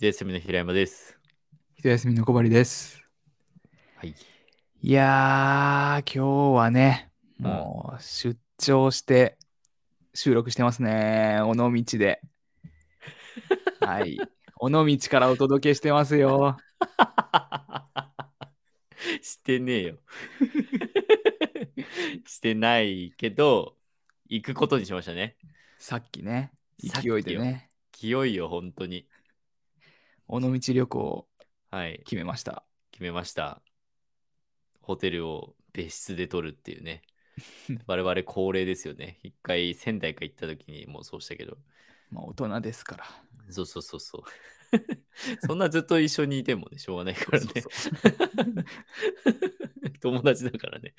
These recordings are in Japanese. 秀休みの平山です。一休みの小針です。はい。いやー、今日はね、もう出張して収録してますね。尾道 で。はい。尾道からお届けしてますよ。 してねえよ。 してないけど、行くことにしましたね。さっきね、さっき勢よいでね、清いよ、本当に。尾道旅行をはい、決めました。決めました。ホテルを別室で取るっていうね。我々恒例ですよね。一回仙台から行った時にもうそうしたけど。まあ、大人ですから。そうそうそうそう。 そんなずっと一緒にいてもね、しょうがないからね。 友達だからね。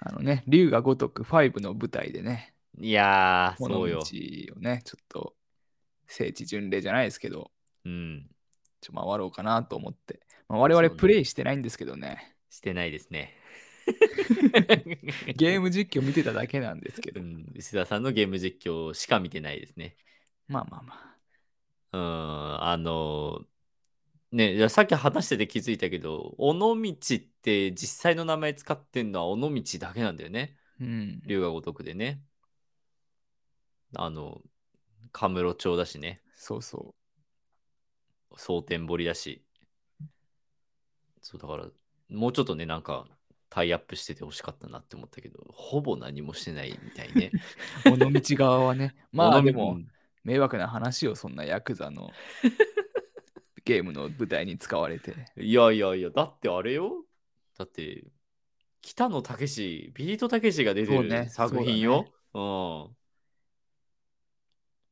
あのね、龍が如く5の舞台でね、いやー、尾そう道よを。ね、ちょっと聖地巡礼じゃないですけど、うん。ちょっと回ろうかなと思って。まあ、我々そうねプレイしてないんですけどね。してないです ね。ゲーム実況見てただけなんですけうど。ん、石田さんのゲーム実況しか見てないですね。まあまあまあ。うん、あのー、ね、いやさっき話してて気づいたけど、尾道って実際の名前使ってんのは尾道だけなんだよね。うん。龍が如くでね。あの、カムロ町だしね、そうそ蒼天堀だし。そう、だから、もうちょっとね、なんか、タイアップしてて欲しかったなって思ったけど、ほぼ何もしてないみたいね。う。尾道側 はね。 ま尾あ道でも、迷惑な話をそんなヤクザ のゲームの舞台に使われて。いやいやいや、だってあれよ。だって、北野武、ビートたけしが出てそうねる作品よ。うん。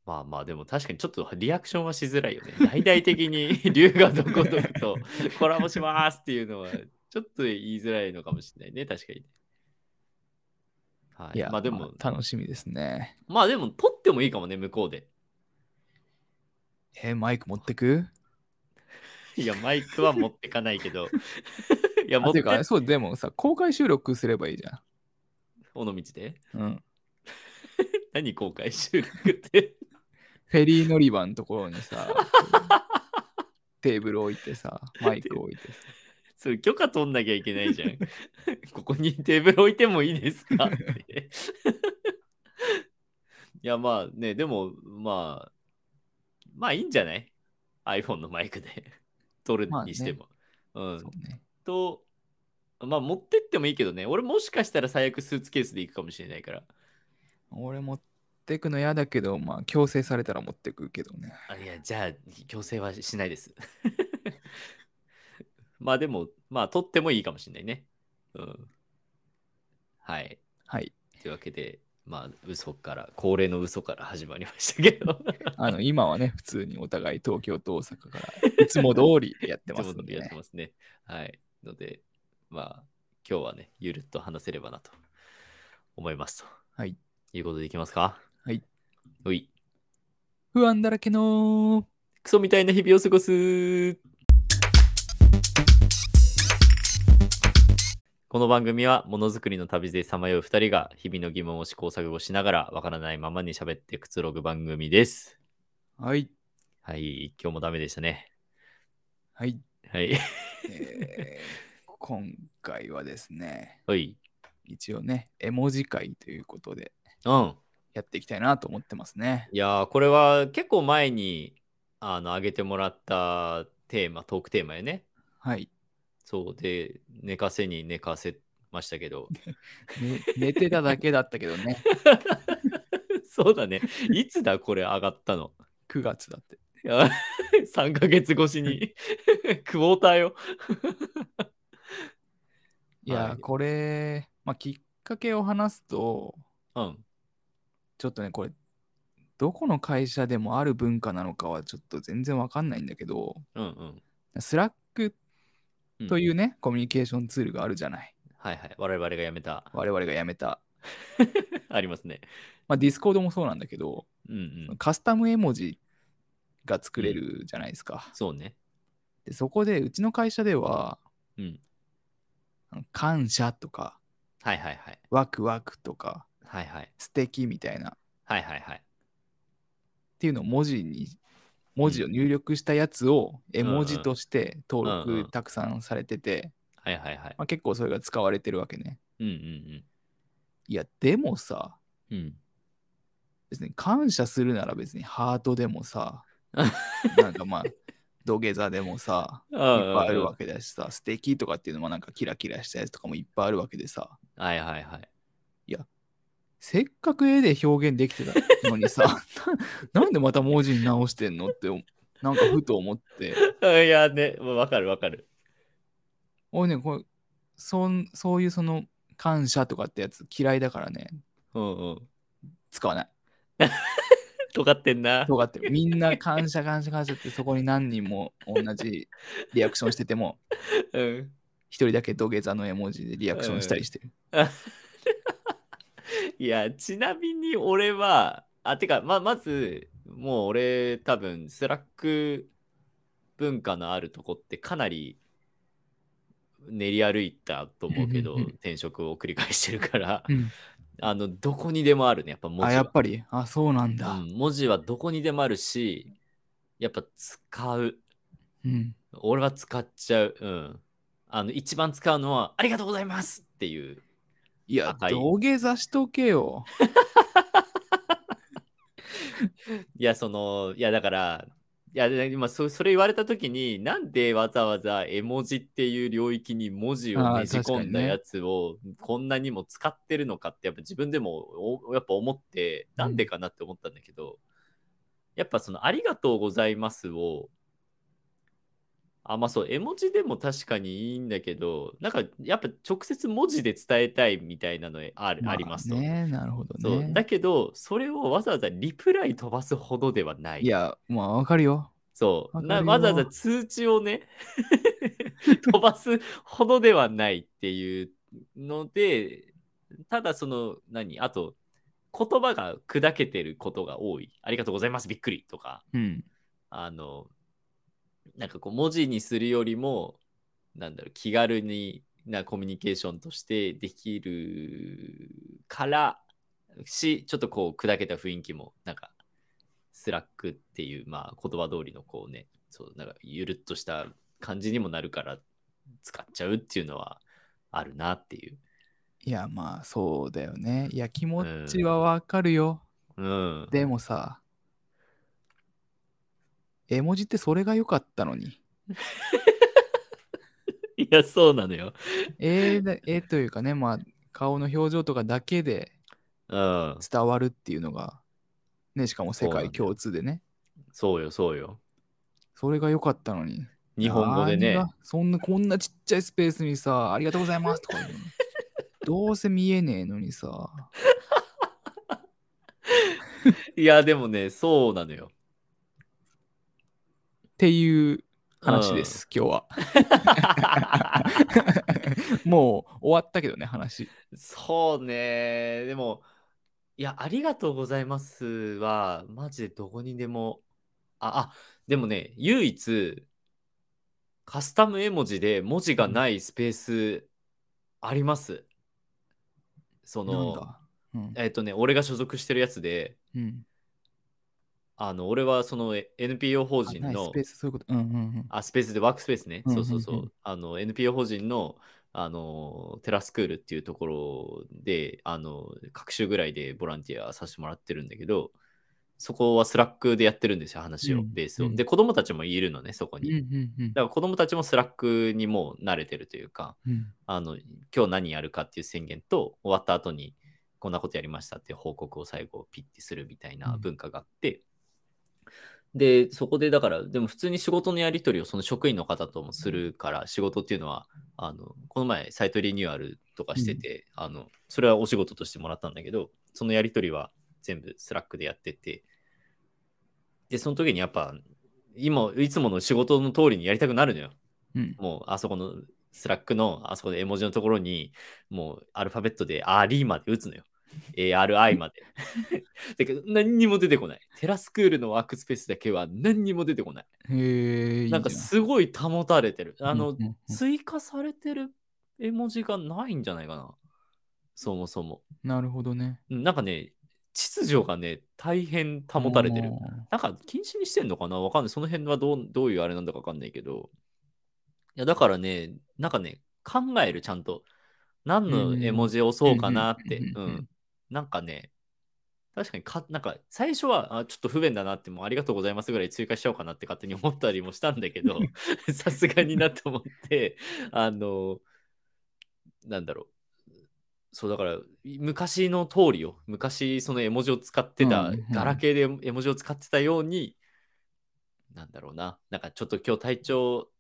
まあまあ、でも確かにちょっとリアクションはしづらいよね。 大々的に 龍がどことく とコラボしますっていうのは、ちょっと言いづらいのかもしれないね、確かに。はいい、や、まあでも、楽しみですね。まあでも、撮ってもいいかもね、向こうで。えーマイク持ってくいや、マイクは持ってかないけ ど。いや、持あっていてうか、そう、でもさ、公開収録すればいいじゃ尾道で。ん。うん。何公開収録って。 フェリー乗り場のところにさ、テーブル置いてさ、マイク置い てさ。それ許可取んなきゃいけないじゃん。 ここにテーブル置いてもいいですかって。 いやまあね、でもまあ、まあいいんじゃない ?iPhone のマイクで撮るにしても。うんそうね。と、まあ持ってってもいいけどね、俺もしかしたら最悪スーツケースで行くかもしれないから。俺持ってくの嫌だけど、まあ強制されたら持ってくけどね。あいや、じゃあ強制はしないです。 まあでも、まあ撮ってもいいかもしれないね。うん。はい。はい。というわけで、まあ、嘘から、恒例の嘘から始まりましたけど、あの、今はね、普通にお互い東京と大阪からいつも通りやってますんいつも通りで、やってね。ますね。はい。ので、まあ、今日はね、ゆるっと話せればなと思いますと。はい。いうことでいきますかはい。うい。不安だらけのクソみたいな日々を過ごす。この番組はものづくりの旅でさまよう2人が日々の疑問を試行錯誤しながらわからないままに喋ってくつろぐ番組です。はい。はい、今日もダメでしたね。はい。はい。 えー 今回はですね、おい。一応ね、絵文字会ということでうん。やっていきたいなと思ってますね。いやー、これは結構前にあの上げてもらったテーマ、トークテーマよね。はい。そうで、寝かせに寝かせましたけど。 ね寝てただけだったけど ね、そうだね。いつだ、これ上がったの。 9月だって。いや3ヶ月越し にクォーターよ。いやー、はいこれ、まあ、きっかけを話すと、うん。ちょっとね、これ、どこの会社でもある文化なのかはちょっと全然わかんないんだけど、うんうんスラックうん。とう。いうね、コミュニケーションツールがあるじゃない。はいはい。我々が辞め た。我々がやめた。ありますね。まあ、ディスコードもそうなんだけど、うんうん。カスタム絵文字が作れるじゃないですか。そうね。でそこで、うちの会社では、うん。感謝とか、はいはいはい。ワクワクとか、はいはい。素敵みたいな、っはいはいはい。ていうのを文字に、文字を入力したやつを絵んうん文字として登うんうん録たくさんされてて、はいはいはい。まあ、結構それが使われてるわけね。うんうんいや、でもさ、うん。うん。別に感謝するなら別にハートでも さ、なんかまあ、土下座でもさ、いっいっぱいあるわけだしさ、素敵とかっていうのもなんかキラキラしたやつとかもいっぱいあるわけでさ、はいはいはい。せっかく絵で表現できてたのに さ、ななんでまた文字に直してんのって、なんかふと思って、 いやね、もうわかるわかる。俺ね、これそんそういうその感謝とかってやつ嫌いだからね、うんうん。使わない。尖ってんな。尖ってる。みんな感謝感謝感謝ってそこに何人も同じリアクションしてても、うん。一人だけ土下座の絵文字でリアクションしたりしてる。いや、ちなみに俺は、あ、てか、ま、まず、もう俺多分、スラック文化のあるとこってかなり練り歩いたと思うけど、うんうんうん転職を繰り返してるから、うんあの、どこにでもあるね、やっぱ文字はあ、やっぱり、あ、そうなんだ。うん文字はどこにでもあるし、やっぱ使う。うん。俺は使っちゃう。うん。あの、一番使うのは、ありがとうございますっていう。いや、はい土下座しとけよ。いや、その、いや、だから、いや、で今そ、それ言われたときに、なんでわざわざ絵文字っていう領域に文字をねじ込んだあー確かにねやつを、こんなにも使ってるのかって、やっぱ自分でも、おやっぱ思って、うんなんでかなって思ったんだけど、やっぱその、ありがとうございますを、あ、まあそう、絵文字でも確かにいいんだけど、なんか、やっぱ直接文字で伝えたいみたいなのあ る、あ、りますと。ね。なるほそどうね。だけど、それをわざわざリプライ飛ばすほどではない。いや、まあ、わかるよ。そうわかなるよわざわざ通知を ね、飛ばすほどではないっていうので、ただその、何、あと、言葉が砕けてることが多い。ありがとうございます、びっくりとか、うん。あの、なんかこう、文字にするよりも、なんだろう、気軽になコミュニケーションとしてできるから、し、ちょっとこう、砕けた雰囲気も、なんか、スラックっていう、まあ、言葉通りの、こうね、そう、なんか、ゆるっとした感じにもなるから、使っちゃうっていうのは、あるなっていう。いや、まあ、そうだよね。いや、気持ちはわかるよ。うん。でもさ、絵文字ってそれが良かったのに。いや、そうなのよ。 絵で絵というかね、まあ、顔の表情とかだけでうん。伝わるっていうのが、ね、しかもそ世うなんだ界よ共通でね。そうよ、そうよ。それが良かったのに。日本語でね何。がそんなこんなちっちゃいスペースにさ、ありがとうございますとか言うのどうせ見えねえのにさ。いや、でもね、そうなのよ。っていう話です、今日は。もう終わったけどね、話。 そうね。でも、いや、ありがとうございますは、マジでどこにでも。あ、あ、でもね、唯一、カスタム絵文字で文字がないスペースあります。そなんの、だ、うんえっとね、俺が所属してるやつで、うん、あの、俺はそのえ NPO 法人あないのスペ、ース、そういうこと。うんうんうん、あ、スペースでワークスペースね。うんうんそううんそうそう。あの、NPO 法人の、あの、テラスクールっていうところで、あの、各週ぐらいでボランティアさせてもらってるんだけど、そこはスラックでやってるんですよ、話を、うんベースを。うんで、子供たちもいるのね、そこうんに。うんうんだから子供たちもスラックにもう慣れてるというか、うんあの、今日何やるかっていう宣言と、終わった後に、こんなことやりましたっていう報告を最後ピッてするみたいな文化があって、で、そこでだから、でも普通に仕事のやり取りをその職員の方ともするから、仕事っていうのは、あの、この前サイトリニューアルとかしてて、あの、それはお仕事としてもらったんだけど、そのやり取りは全部スラックでやってて、で、その時にやっぱ、今、いつもの仕事の通りにやりたくなるのよ。うんもうあそこのスラックのあそこで絵文字のところにもうアルファベットで RE まで打つ のよ。ARI まで。だけど何にも出てこない。テラスクールのワークスペースだけは何にも出てこない。へえ、なんかいいじすごい保たれてる。ゃんあのう、んうんうん追加されてる絵文字がないんじゃないかな。そもそも。なるほどね。うんなんかね、秩序がね、大変保たれてる。なんか禁止にしてんのかなわかんない。その辺はどうどういうあれなんだかわかんないけど。いや、だからね、なんかね、考える、ちゃんと。何の絵文字を押そうかなって。うんううんん。なんかね、確かにか、なんか最初は、あ、ちょっと不便だなって、もうありがとうございますぐらい追加しちゃおうかなって勝手に思ったりもしたんだけ ど、さすがになと思って、あの、なんだろう。そうだから昔の通りを昔その絵文字を使ってた、うんうんガラケーで絵文字を使ってたようになんだろうななんかちょっと今日体調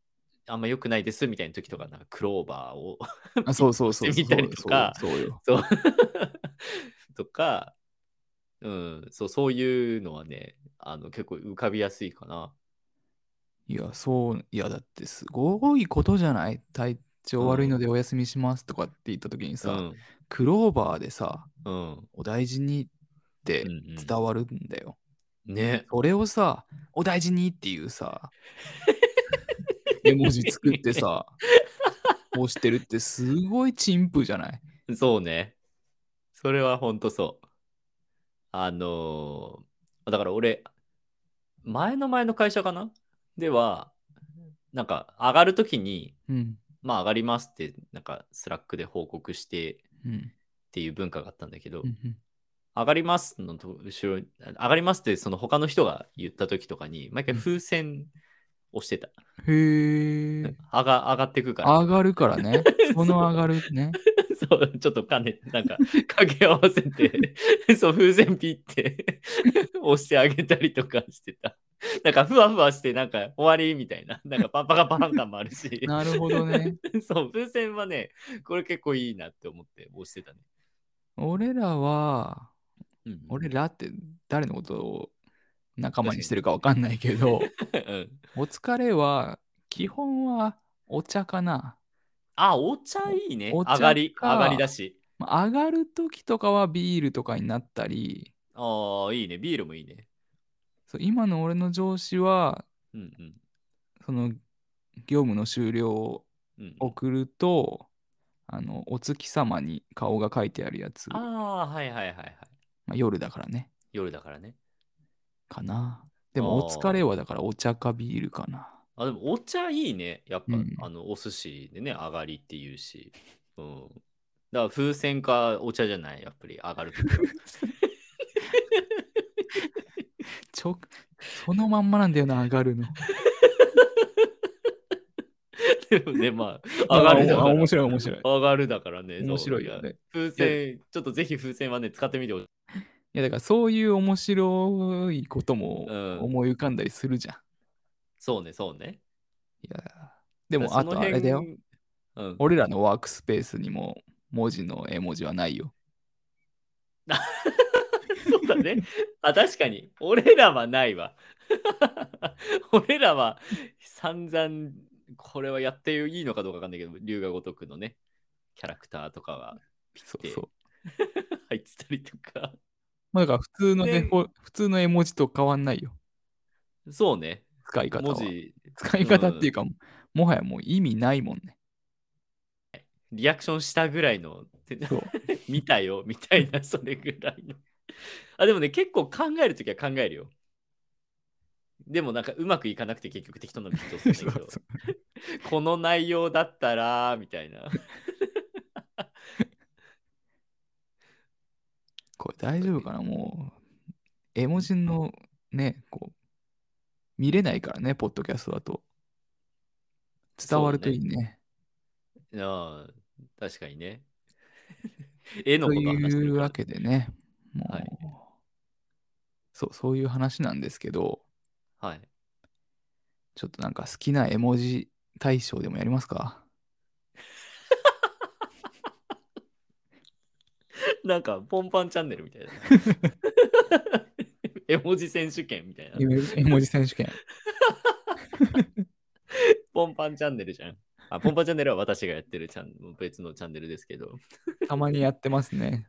あんま良くないですみたいな時とかなんかクローバーを あそうそうそう。してみたりとかそうそうよ。そうとか、うん、そうそういうのはねあの結構浮かびやすいかな。いや、そう、いや、だってすごいことじゃない体調悪いのでお休みしますとかって言った時にうさ、んクローバーでさ、うんお大事にってうんうん伝わるんだよ。ねそれをさ、お大事にっていうさ、 絵文字作ってさ、押してるってすごい陳腐じゃないそうね。それはほんとそう。あのーだから俺、前の前の会社かなでは、なんか上がるときに、うん。まあ上がりますって、なんかスラックで報告してっうん。ていう文化があったんだけど、うんうん上がりますのと後ろに、上がりますってその他の人が言ったときとかに、毎回風船をしてた。へえ。上が上がってくから。上がるから ね。その上がるね。 そう、ちょっと金、なんか、掛け合わせて、 そう、風船ピって 押してあげたりとかしてた。なんか、ふわふわして、なんか、終わりみたいな。なんか、パンパカパン感もあるし。なるほどね。 そう、風船はね、これ結構いいなって思って押してたね。俺らは、うん、俺らって誰のことを仲間にしてるかわかんないけど、 うんお疲れは、基本はお茶かな。あ、お茶いいね。お上茶がり、か上がりだし。まあ上がるときとかはビールとかになったり、ああ、いいね。ビールもいいね。そう今の俺の上司は、うんうん。その業務の終了をうん、送ると、あのお月様に顔が書いてあるやつ、あまあ、はいはいはいはい。あ、夜だからね、夜だからね。かな。でも、あおー疲れはだからお茶かビールかな。あでもお茶いいね。やっぱ、うんあのお寿司でね、上がりっていうし。うん。だから風船かお茶じゃない、やっぱり上がるとき は。ちょそのまんまなんだよな、上がるの。でもね、まあ、 上がるだかあら。面白い、面白い。上がるだからね。そう面白いよ。ね。風船、ちょっとぜひ風船はね、使ってみてほしい。いやだからそういう面白いこともうん思い浮かんだりするじゃん。そうね、そうね。いやでだもからあそのとあれだよ。辺。うん、俺らのワークスペースにも文字の絵文字はないよ。 そうだね。あ、確かに。俺らはないわ。 俺らは散々、これはやっていいのかどうかわかんないけど、龍が如くのね、キャラクターとかはそうでそう。入ってたりとか。まあだから普通のでね、ほ普通の絵文字と変わんないよ。そうね。使い方文は。字、使い方っていうか、もはやもう意味ないもん ね。リアクションしたぐらいの、 てそう。見たよ、みたいな、それぐらいの。あ、でもね、結構考えるときは考えるよ。でもなんかうまくいかなくて結局適当なのにどうするん だけど。この内容だったらみたいな。これ大丈夫かなもう、絵文字のね、こう、見れないからね、ポッドキャストだと。伝わるといいね。ああ確かにね。絵のとことを話しているうからわけでね、もう、はいそう、そういう話なんですけど、はい。ちょっとなんか好きな絵文字大賞でもやりますかなんか、ポンパンチャンネル みたいな。絵文字選手権みたいな。絵文字選手権。ポンパンチャンネルじゃん。あ、ポンパンチャンネルは私がやってるチャン別のチャンネルですけど、たまにやってますね。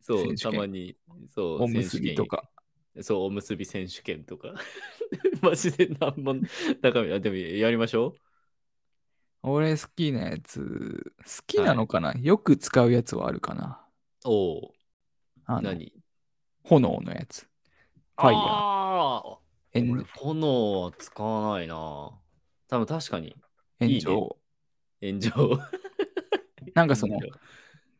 そ選う、手た権まに、そう、おむすびとか。選手権。そう、おむすび選手権とか。 マジで何も中身、あでもやりましょ俺好きなやつ、好きなのかな、よく使うやつはあるかなう。おお、あの何炎のやつ。ファイヤああー、炎俺、炎は使わないな。多分確かに、炎いいね上。炎上。なんかその、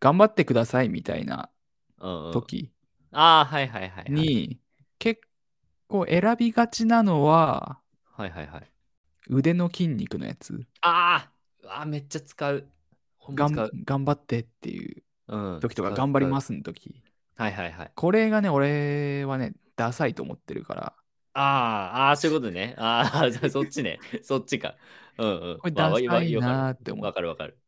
頑張ってくださいみたいなうんうん、時ああ、はいはいはい、はい。に、結構選びがちなのは、はいはいはい。腕の筋肉のやつ。あーあー、めっちゃ使う。ほんまがん使う。頑張ってっていううん、時とか、使う頑張りますの時。使うはいはいはい。これがね、俺はね、ダサいと思ってるから、ああ、ああ、そういうことね。ああ、じゃあそっちね。そっちか。うんうん。これダサわわいわかるなーって思わう。かるわかる。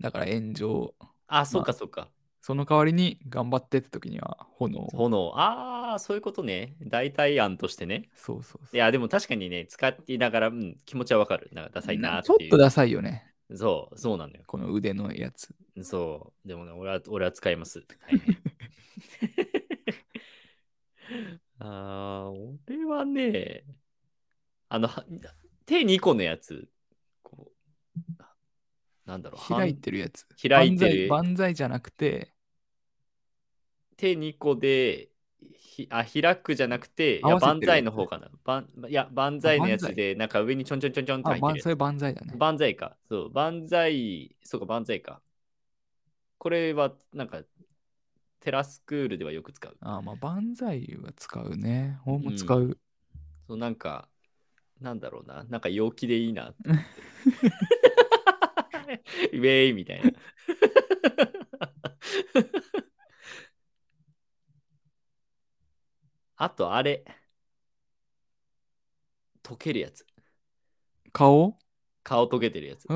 だから炎上。あ、そうかそうか。その代わりに頑張ってって時には炎を。炎。ああ、そういうことね。代替案としてね。そうそうそう。いや、でも確かにね、使っていながら、うん気持ちはわかる。なんかダサいなーちょっていう。っとダサいよね。そう、そうなのよ。この腕のやつ。そう。でもね、俺は、俺は使います。大 変ああ、俺はね、あの、は手2個のやつ、こう、なんだろう、開いてるやつ。半開いてる万歳万歳じゃなくて、手2個で、ひあ開くじゃなくて、い合や、わせてる万歳の方かな。ばんいや、万歳のやあつ万で、なんか上にちょんちょんちょんちょんってあ、入って万るやつ歳万歳だね。万歳か。そう、万歳、そうか、万歳か。これは、なんか、テラスクールではよく使う。あ、まあ万歳は使うね。俺も使う。そう、なんか、なんだろうな、なんか陽気でいいなって思って。ウェイみたいな。あと、あれ。溶けるやつ。顔顔溶けてるやつ。へ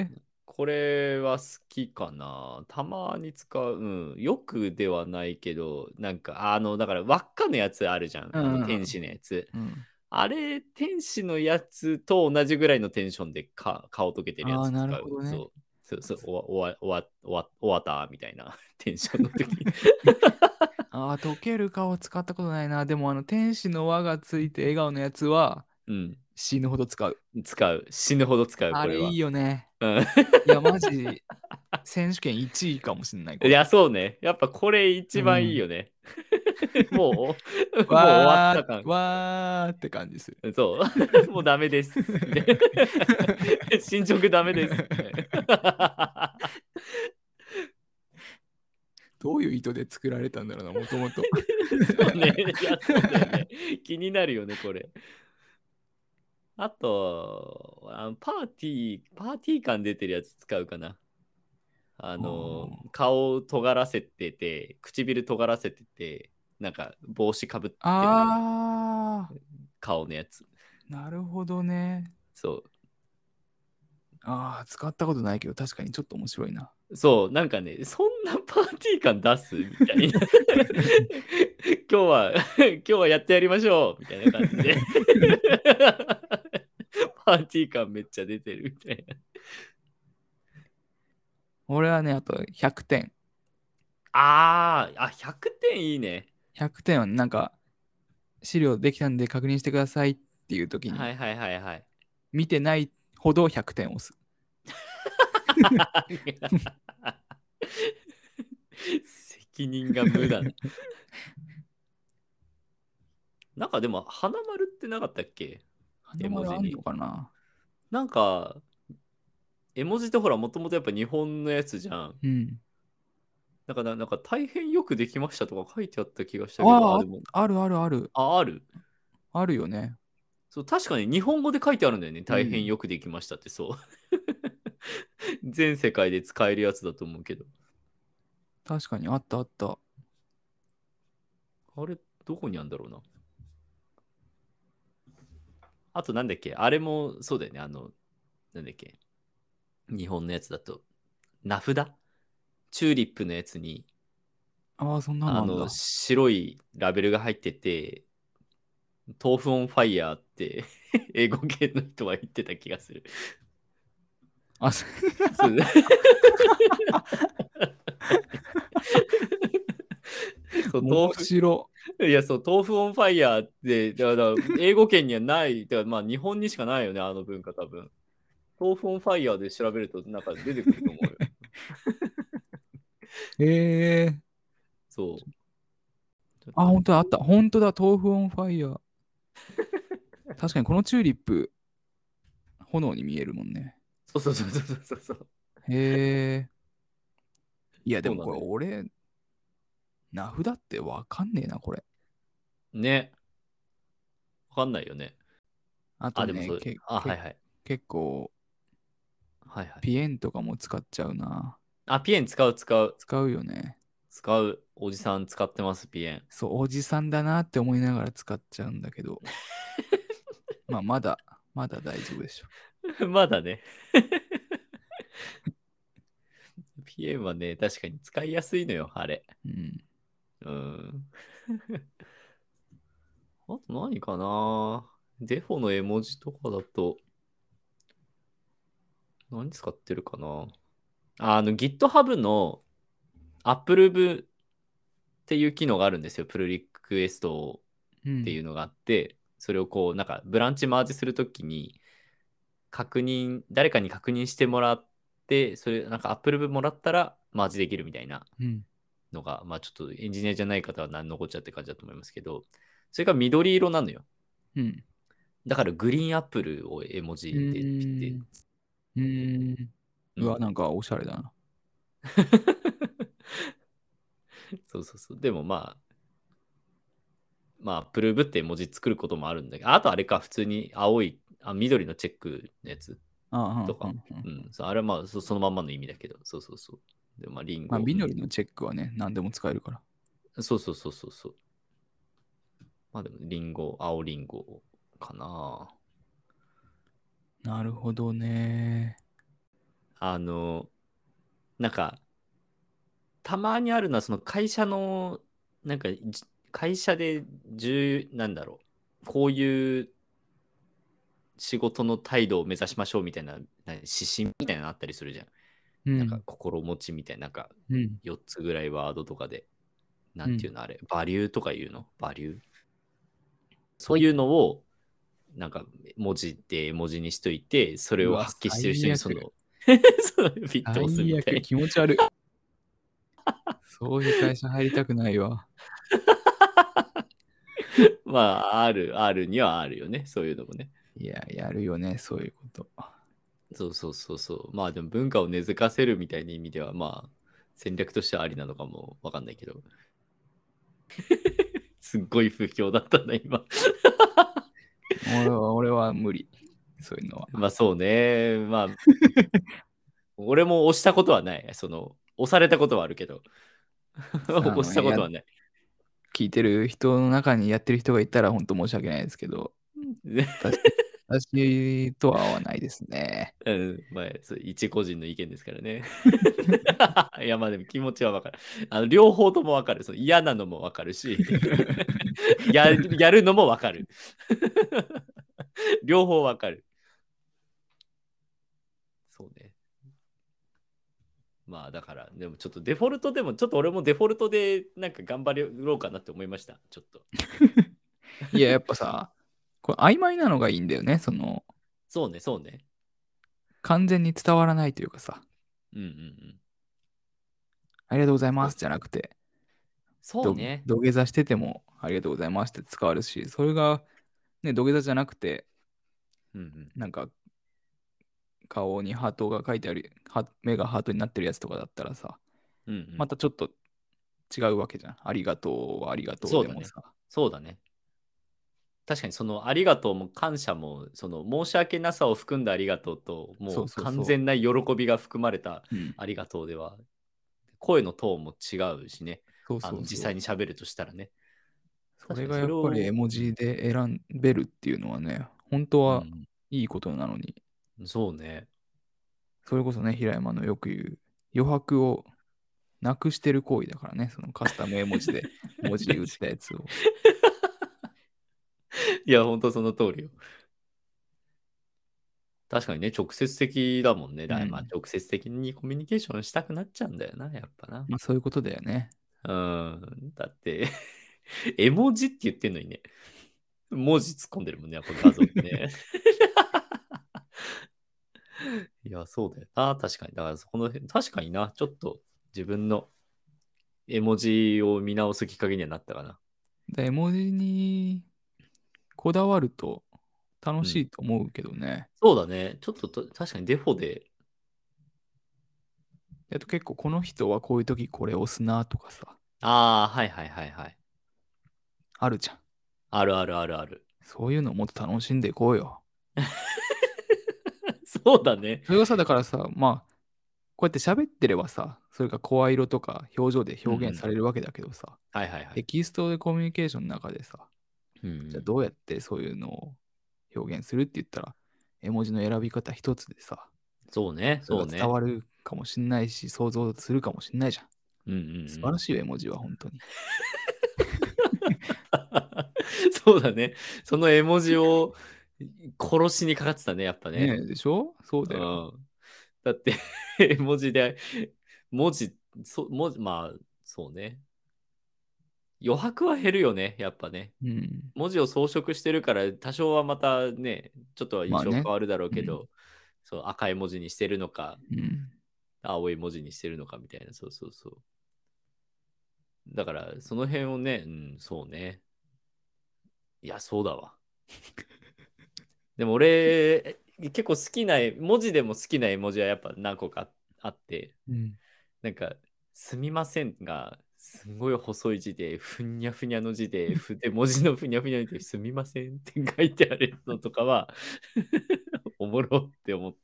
えこれは好きかな。たまに使う。うん。よくではないけど、なんか、あの、だから輪っかのやつあるじゃん。あうんうんうのん天使のやつ。うん、あれ、天使のやつと同じぐらいのテンションでか顔溶けてるやつ使う。あーなるほどねそうそうそうおわおわおわおわおわたみたいな テンションの時に。あー溶ける顔使ったことないなでもあの天使の輪がついて笑顔のやつはうん。死ぬほど使う使う。死ぬほど使う、あこれれは。いいよねうんいやマジ選手権1位かもしんないこいれや、そうね。やっぱこれ一番いいよね。 もう、も う終わわっーた感。わーって感じするそう。もうダメです。進捗ダメです。どういう意図で作られたんだろうなもと もとそうね。いやそうだよね気になるよね、これ。あと、あのパーティー、パーティー感出てるやつ使うかな。あの、顔を尖らせてて、唇尖らせてて、なんか帽子かぶってるあ顔のやつ。ーなるほどねそう。あー使ったことないけど確かにちょっと面白いなそう、なんかね、そんなパーティー感出すみたいな。今日は、 今日はやってやりましょうみたいな感じで。 パーティー感めっちゃ出てるみたいな。俺はねあと100点あーあ、100点いいね。 100点はなんか資料できたんで確認してくださいっていう時にはいはいはいはい。見てないほど100点押す、責任が無駄な。なんかでも、花丸ってなかったっけ絵でも文字あにんのかななんか、絵文字ってほら、もともとやっぱ日本のやつじゃん。うんなんかな、なんか大変よくできましたとか書いてあった気がしたけど、あああでもあるあるあるあある。あるよねそう、確かに日本語で書いてあるんだよね。大変よくできましたって、そう。 全世界で使えるやつだと思うけど。確かにあったあったあれ、どこにあるんだろうな。あと、なんだっけあれも、そうだよね。あの、なんだっけ日本のやつだと、名札チューリップのやつに、ああそんなのああんだの、白いラベルが入ってて、豆腐オンファイヤーって、 英語圏の人は言ってた気がする。あそそう そう豆面腐白いや、そう、豆腐オンファイヤーって、だから、英語圏にはない、だからまあ、日本にしかないよね、あの文化、多分。豆腐オンファイヤーで調べると、なんか出てくると思うよ。えー、そう。あ、本当だ、あった。本当だ、豆腐オンファイヤー。確かにこのチューリップ、炎に見えるもんね。そうそうそうそうそうそう。へえ。いや、でもそうこなのれよ俺、名札ってわかんねえな、これ。ね。わかんないよね。ああ、とでもねそう、けあ、けはいはい。結構、はいはい。ピエンとかも使っちゃうな。あ、ピエン使う使う。使うよね。使う。おじさん使ってます、ピエン。そう、おじさんだなって思いながら使っちゃうんだ けど。まあ、まだ、まだ大丈夫でしょ。 まだね。ピエンはね、確かに使いやすいのよ、あれ。うん。うん。 あと何かなデフォの絵文字とかだと、何使ってるかなああの GitHub の Approve っていう機能があるんですよ。プルリクエストをうん、っていうのがあって、それをこうなんかブランチマージするときに確認誰かに確認してもらってそれなんかアップル分もらったらマージできるみたいなうん。のがまあちょっとエンジニアじゃない方は何のこっちゃって感じだと思いますけどそれが緑色なのようん。だからグリーンアップルを絵文字でピッてうーん。うわ、うんなんかおしゃれだな。そうそうそうでもまあまあアップルブって絵文字作ることもあるんだけどあとあれか普通に青いあ緑のチェックのやつああ、とかうんうんうん、そうあれはまあそそのまんまの意味だけど、そうそうそう。でまあ、リンゴ。まあ、緑のチェックはね、何でも使えるから。そうそうそうそうそう。まあでも、リンゴ、青リンゴかな。なるほどね。あの、なんか、たまにあるのは、その会社の、なんか、じ会社で重、なんだろう、こういう仕事の態度を目指しましょうみたいな、な指針みたいなのあったりするじゃん。うん。なんか、心持ちみたいな、なんか、うん、 4つぐらいワードとかで、なんていうのあれ、バリューとか言うのバリューそういうのを、なんか文字で絵文字にしといて、それうをわ発揮してる人にそ最の悪、 そのビットをする最みた悪い気持ち悪い。そういう会社入りたくないわ。な。まあ、ある、あるにはあるよね、そういうのもね。いや、やるよね、そういうこと。そうそうそうそう。まあでも文化を根付かせるみたいな意味では、まあ、戦略としてはありなのかもわかんないけど。 すっごい不評だったな、今。俺は俺は無理。そういうのは。 まあそうね。まあ、俺も押したことはない。その、押されたことはあるけど、の 押したことはない。聞いてる人の中にやってる人がいたら本当申し訳ないですけど、私とは合わないですね。うん、まあ、そう一個人の意見ですからね。 いや、まあでも気持ちはわかる。あの両方ともわかる。その嫌なのもわかるし、 ややるのもわかる。 両方わかる。そうね。まあだから、でもちょっとデフォルトでも、ちょっと俺もデフォルトでなんか頑張ろうかなって思いました。ちょっと。いや、やっぱさ、これ曖昧なのがいいんだよね。その、そうね、そうね。完全に伝わらないというかさ、うんうんうん。ありがとうございますじゃなくて、そうね。ど土下座しててもありがとうございますって使われるし、それが、ね、土下座じゃなくて、うんうん、なんか、顔にハートが書いてある、は目がハートになってるやつとかだったらさ、うんうんまたちょっと違うわけじゃん。ありがとうはありがとそううでだねもさ。そうだね。確かにそのありがとうも感謝もその申し訳なさを含んだありがとうともそううそうそう完全な喜びが含まれたうんありがとうでは声のトーンも違うしねそうあそうそのう実際に喋るとしたらね。それがやっぱり絵文字で選べるっていうのはね、本当はういいことなのに、んそうね。それこそね、平山のよく言う余白をなくしてる行為だからね、そのカスタム絵文 字で文字に打ったやつを。いや本当その通りよ。確かにね直接的だもんね。だからまあうん直接的にコミュニケーションしたくなっちゃうんだよなやっぱな。まあそういうことだよね。うん、だって、 絵文字って言ってんのにね、文字突っ込んでるもんね、この画像に ね。いや、そうだよな、確かに。だからそこの辺、確かにな、ちょっと自分の絵文字を見直すきっかけにはなったかな。で絵文字にこだわると楽しいと思うけどね。そうだね。ちょっとと確かにデフォで、あと結構この人はこういう時これ押すなとかさ、ああ、はいはいはいはい。あるじゃん。あるあるあるある。そういうのもっと楽しんでいこうよ。 そうだね。それがさ、だからさ、まあ、こうやって喋ってればさ、それが声色とか表情で表現されるわけだけどさ、はいはいはテい。キストでコミュニケーションの中でさ、うんじゃあどうやってそういうのを表現するって言ったら、絵文字の選び方一つでさ、そうね。そそうれがね。伝わるかもしんないし、想像するかもしんないじゃん。うんうんうん、素晴らしいよ、絵文字は本当に。 そうだね。その絵文字を殺しにかかってたね、やっぱね。ねえでしょそうだよ。うん、だって絵文字で文字そ文字まあそうね余白は減るよねやっぱねうん。文字を装飾してるから多少はまたねちょっとは印まあ象ね変わるだろうけど、うそう赤い文字にしてるのかうん。青い文字にしてるのかみたいなそうそうそうだからその辺をねうんそうねいやそうだわ でも俺結構好きな絵文字でも好きな絵文字はやっぱ何個かあってうん、なんか「すみません」がすごい細い字でふにゃふにゃの字でふで文字のふにゃふにゃで「すみません」って書いてあるのとかは おもろって思っ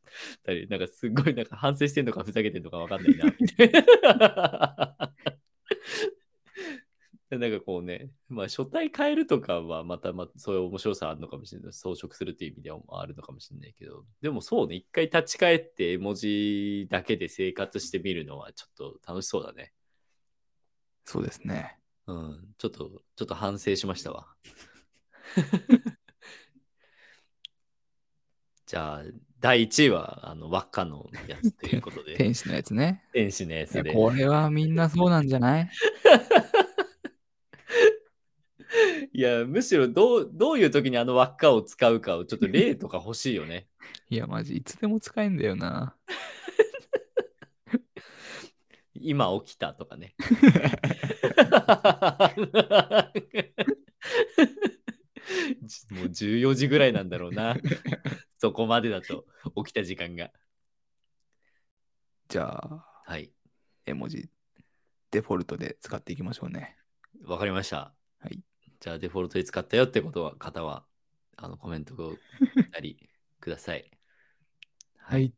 たりなんかすごいなんか反省してんのかふざけてんのかわかんないなみたいな。 なんかこうね、まあ書体変えるとかはまたまあそういう面白さあるのかもしれない。装飾するっていう意味ではあるのかもしれないけど、でもそうね、一回立ち返って絵文字だけで生活してみるのはちょっと楽しそうだね。そうですね。うん、ちょっと、ちょっと反省しましたわ。 じゃあ、第1位は、あの、輪っかのやつということ で、天使のやつね。天使のやいつやで。これはみんなそうなんじゃないいや、むしろどう、どういう時にあの輪っかを使うかを、ちょっと例とか欲しいよね。いや、マジ、いつでも使えんだよな。今起きたとかね。 もう14時ぐらいなんだろうな。そこまでだと起きた時間が。じゃあ、はい。絵文字、デフォルトで使っていきましょうね。わかりました。はい。じゃあデフォルトで使ったよってことは、方は、あのコメントをたりください。 はい。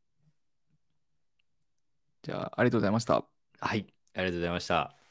じゃあ、ありがとうございました。はい。ありがとうございました。